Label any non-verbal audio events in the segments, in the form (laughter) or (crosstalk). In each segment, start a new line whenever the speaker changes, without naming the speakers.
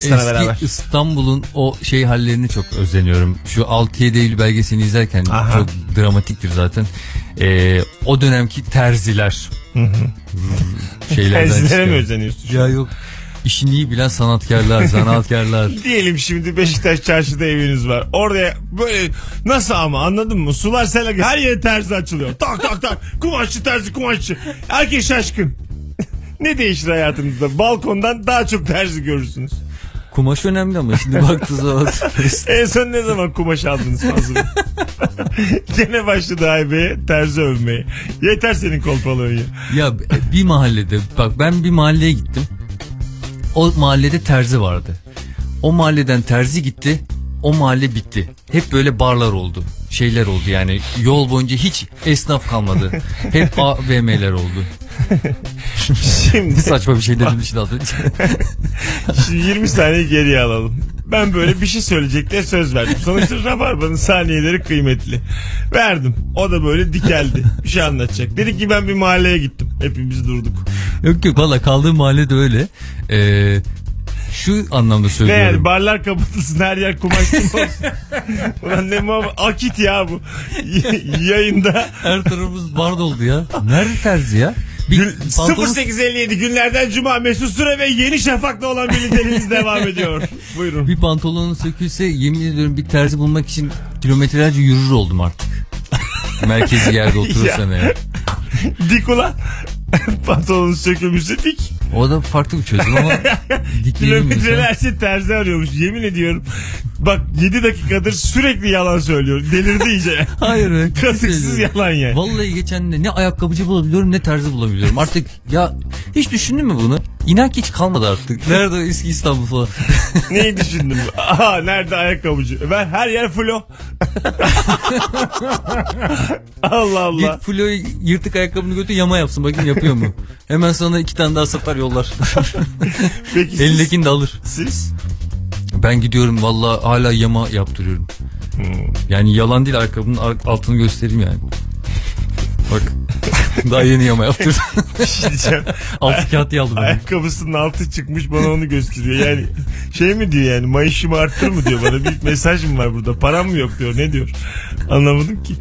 Sana
Eski
beraber.
İstanbul'un o şey hallerini çok özleniyorum. Şu 6-7 Eylül belgeselini izlerken
Aha.
çok dramatiktir zaten. Ee, o dönemki terziler.
(laughs)
Şeylerden
Tercilere mi
çıkıyor.
özeniyorsun?
Ya yok. İşini iyi bilen
(laughs)
sanatkarlar, zanaatkarlar.
Diyelim şimdi Beşiktaş çarşıda eviniz var. Oraya böyle nasıl ama anladın mı? Sular selak her yere terzi açılıyor. Tak tak tak. Kumaşçı terzi kumaşçı. Herkes şaşkın. (laughs) ne değişir hayatınızda? Balkondan daha çok terzi görürsünüz.
Kumaş önemli ama şimdi baktığı zaman
(laughs) En son ne zaman kumaş aldınız Fazıl? Bey? (laughs) Gene başladı Aybe terzi övmeye. Yeter senin kolpalığın ya.
Ya e, bir mahallede bak ben bir mahalleye gittim. O mahallede terzi vardı. O mahalleden terzi gitti. O mahalle bitti. Hep böyle barlar oldu. Şeyler oldu yani. Yol boyunca hiç esnaf kalmadı. Hep AVM'ler oldu.
Şimdi,
Saçma bir şey dedim için altı.
şimdi 20 saniye geriye alalım. Ben böyle bir şey söyleyecek diye söz verdim. Sonuçta Rabarba'nın saniyeleri kıymetli. Verdim. O da böyle dikeldi. Bir şey anlatacak. Dedi ki ben bir mahalleye gittim. Hepimiz durduk.
yok yok valla kaldığım mahallede öyle. Ee, şu anlamda
Ne
söylüyorum.
yani barlar kapatılsın her yer kumaş gibi olsun. Ulan ne muhabbet. Akit ya bu. Y- yayında
Her tarafımız bar doldu ya. Nerede terzi ya?
Gül-
pantolon-
0857 günlerden cuma Mesut Süre ve Yeni Şafak'la olan birlikteliğimiz devam ediyor. Buyurun.
Bir pantolonun sökülse yemin ediyorum bir terzi bulmak için kilometrelerce yürür oldum artık. (laughs) Merkezi yerde oturursan eğer.
Dik ulan. Pantolonun sökülmüşse dik.
O da farklı bir çözüm ama dikleyelim insan.
Kilometrelerce terzi arıyormuş. Yemin ediyorum. Bak 7 dakikadır sürekli yalan söylüyor. Delirdi iyice.
Hayır.
(laughs)
öyle kötü
Kasıksız
söylüyorum.
yalan yani.
Vallahi geçen de ne ayakkabıcı bulabiliyorum ne terzi bulabiliyorum. Artık ya hiç düşündün mü bunu? İnan ki hiç kalmadı artık. Nerede o eski İstanbul falan.
Neyi düşündüm? Aha nerede ayakkabıcı? Ben her yer flo. (laughs) Allah Allah.
Git Flo'yu yırtık ayakkabını götür yama yapsın bakayım yapıyor mu? Hemen sana iki tane daha satar yollar. (laughs)
Peki siz-
Elindekini de alır.
siz?
Ben gidiyorum valla hala yama yaptırıyorum. Yani yalan değil ayakkabının ar- altını göstereyim yani. Bak (laughs) daha yeni yama yaptırdım.
Bir şey diyeceğim.
(laughs) Altı kağıt aldım. ben.
Ayakkabısının altı çıkmış bana onu gösteriyor. Yani şey mi diyor yani mayışımı arttır mı diyor bana. Bir mesaj mı var burada param mı yok diyor ne diyor. Anlamadım ki.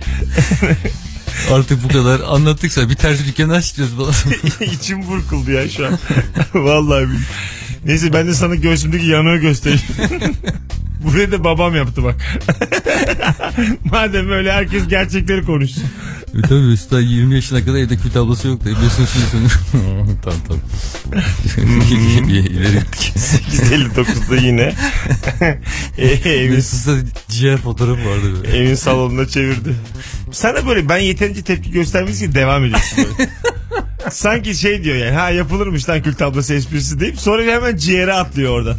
Artık bu kadar anlattıksa bir terzi dükkanı açacağız falan. (laughs)
(laughs) İçim burkuldu ya şu an. (laughs) Vallahi billahi. Neyse ben de sana göğsümdeki yanığı göstereyim. (laughs) Burayı da babam yaptı bak. (laughs) Madem öyle herkes gerçekleri konuşsun.
e, tabii usta 20 yaşına kadar evde kül tablası yoktu. Biliyorsun şimdi sonu. (laughs) tamam tamam. Hmm. (laughs) İleri gittik.
859'da (laughs) yine. E, evin,
Mesut'ta ciğer fotoğrafı vardı. Böyle.
evin salonuna çevirdi. Sana böyle ben yeterince tepki göstermeyiz ki devam ediyorsun böyle. Sanki şey diyor yani ha yapılırmış lan kül tablası esprisi deyip sonra hemen ciğere atlıyor oradan.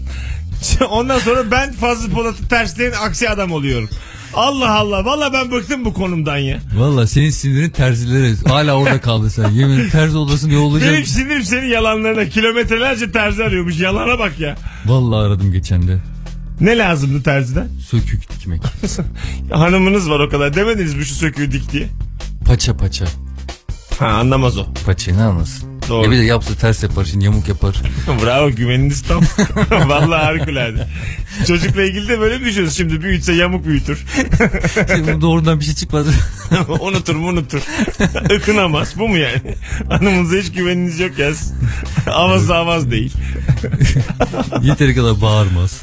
(laughs) Ondan sonra ben Fazıl Polat'ı tersleyen aksi adam oluyorum. Allah Allah. Valla ben bıktım bu konumdan ya.
Valla senin sinirin terzilere. Hala orada kaldı sen. Yemin ederim terzi odasını yollayacağım.
Benim sinirim senin yalanlarına kilometrelerce terzi arıyormuş. Yalana bak ya.
Valla aradım geçen de.
Ne lazımdı terziden?
Sökük dikmek.
Hanımınız var o kadar. Demediniz mi şu söküğü dik diye?
Paça paça.
Ha anlamaz o.
Paça ne anlasın?
Doğru.
E bir de yapsa ters yapar şimdi yamuk
(laughs)
yapar.
Bravo güveniniz tam. (laughs) Vallahi harikulade. Çocukla ilgili de böyle mi düşünüyorsun? Şimdi büyütse yamuk büyütür. (laughs)
Şimdi bu doğrudan bir şey çıkmaz.
unutur mu unutur. (laughs) Ikınamaz. Bu mu yani? (laughs) Hanımınıza hiç güveniniz yok ya. Avaz avaz değil.
(laughs) Yeteri kadar bağırmaz.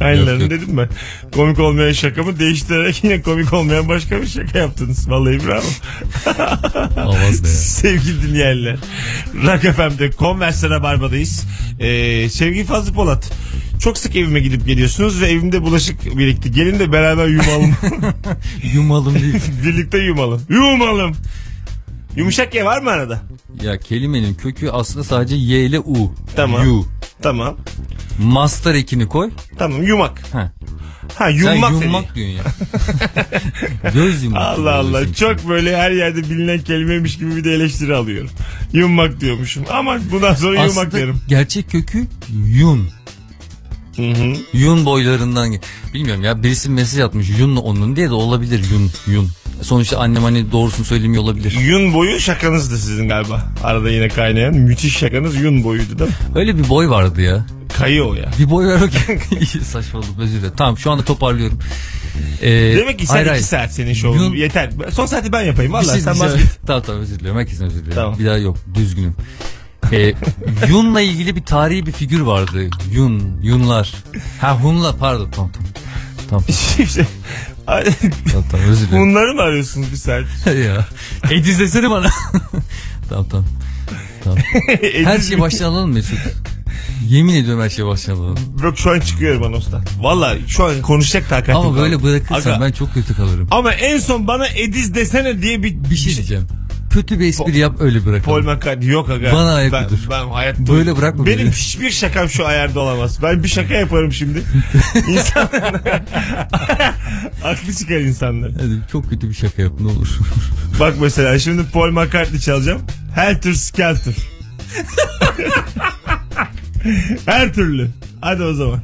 Aynılarını
Yok, yok.
dedim ben. Komik olmayan şakamı değiştirerek yine komik olmayan başka bir şaka yaptınız. Vallahi bravo. (laughs)
Avaz da ya.
Sevgili dinleyenler. Rock FM'de Converse Rabarba'dayız. Ee, sevgili Fazlı Polat. Çok sık evime gidip geliyorsunuz ve evimde bulaşık birikti. Gelin de beraber yumalım.
Yumalım değil.
(laughs) Birlikte yumalım. Yumalım. Yumuşak ye var mı arada?
Ya kelimenin kökü aslında sadece Y ile U.
Tamam.
Yu.
Tamam.
Master ekini koy.
Tamam yumak.
Ha.
Ha
Sen
yummak.
yummak,
dedi.
diyorsun ya. (laughs) Göz yummak.
Allah Allah çok böyle her yerde bilinen kelimeymiş gibi bir de eleştiri alıyorum. Yummak diyormuşum. Ama bundan sonra yummak
Aslında
derim.
gerçek kökü yun. Yun boylarından. ge- Bilmiyorum ya birisi mesaj atmış yunla onun diye de olabilir yun yun. Sonuçta annem hani doğrusunu söylemiyor olabilir.
Yun boyu şakanızdı sizin galiba. Arada yine kaynayan müthiş şakanız yun boyuydu değil mi?
Öyle bir boy vardı ya.
Kayı o ya.
Bir boy (laughs) ver o- Saçmaladım özür dilerim. Tamam şu anda toparlıyorum. Ee,
Demek ki sen
hayır,
iki
hayır.
saat senin şovun.
Yun-
Yeter. Son saati ben yapayım.
Bir
Valla
şey
sen
diyeceğim.
(laughs) vazgeç.
(laughs) Tamam tamam özür diliyorum. Herkesten özür diliyorum.
Tamam.
Bir daha yok. Düzgünüm. Ee, Yun'la ilgili bir tarihi bir figür vardı. Yun, Yunlar. Ha Hunla pardon tamam tamam. Tamam
Şimdi- şey- Ay,
tamam, tamam özür dilerim.
Bunları mı arıyorsunuz bir saat?
(laughs) ya. Ediz desene bana. (laughs) tamam tamam. Her şey şeyi baştan alalım Mesut. Yemin ediyorum her şeyi baştan alalım.
Yok şu an çıkıyorum anonstan. Valla şu an konuşacak takatim
Ama böyle
kalmadı.
bırakırsan
Aga,
ben çok kötü kalırım.
Ama en son bana Ediz desene diye bir,
Bir şey diyeceğim. Kötü bir espri
Po-
yap öyle
Paul
bırakalım.
McCartney yok aga.
Bana ayak
ben,
uydur.
ben hayatta
Böyle bırakma
Benim
beni.
hiçbir şakam şu ayarda olamaz. Ben bir şaka
(laughs)
yaparım şimdi. İnsan... Aklı çıkar insanlar.
Hadi çok kötü bir şaka yap ne olur.
Bak mesela şimdi Paul McCartney çalacağım. Her
(laughs)
tür skelter. Her türlü. Hadi o zaman.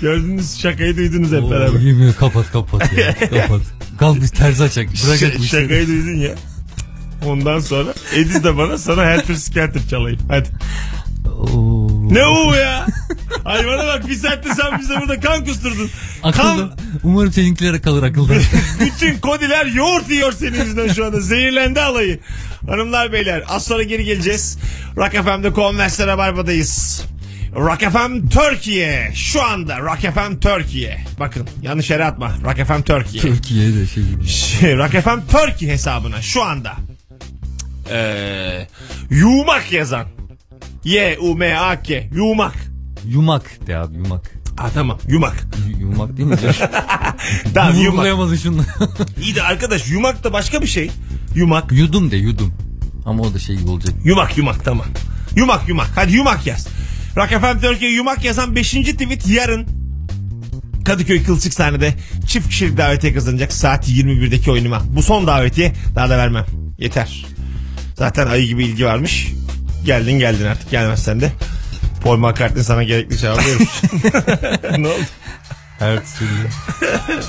Gördünüz şakayı duydunuz hep
Oo,
beraber.
yemin- kapat kapat
(laughs)
ya. kapat. Kalk biz terzi açak. Bırak
Ş-
bu işleri.
şakayı duydun ya. Ondan sonra Ediz de bana sana her tür skelter çalayım. Hadi.
Oo.
Ne o ya? Hayvana bak bir saatte sen bize burada kan kusturdun.
Akılda.
Kan,
Umarım seninkilere kalır akılda.
bütün kodiler yoğurt yiyor senin yüzünden şu anda. Zehirlendi alayı. Hanımlar beyler az sonra geri geleceğiz. Rock FM'de Converse'le Rabarba'dayız. Rock FM Türkiye. Şu anda Rock FM Türkiye. Bakın yanlış yere atma. Rock FM Türkiye.
Türkiye'ye de şey gibi.
Şey, Rock FM Turkey hesabına şu anda ee, yumak yazan Y-U-M-A-K yumak.
Yumak de abi yumak.
Ah tamam yumak.
Y- Yumak
(laughs)
değil mi?
Tamam yumak.
Vurgulayamadın şunu. (laughs)
İyi de arkadaş yumak da başka bir şey. Yumak.
yudum de yudum. Ama o da şey gibi olacak.
Yumak yumak tamam. Yumak yumak. Hadi yumak yaz. Rock FM Türkiye yumak yazan 5. tweet yarın Kadıköy Kılçık sahnede çift kişilik davetiye kazanacak saat 21'deki oyunuma. Bu son davetiye daha da vermem. Yeter. Zaten ayı gibi ilgi varmış. Geldin geldin artık gelmezsen de. Paul McCartney sana gerekli cevabı vermiş. ne oldu?
Her türlü.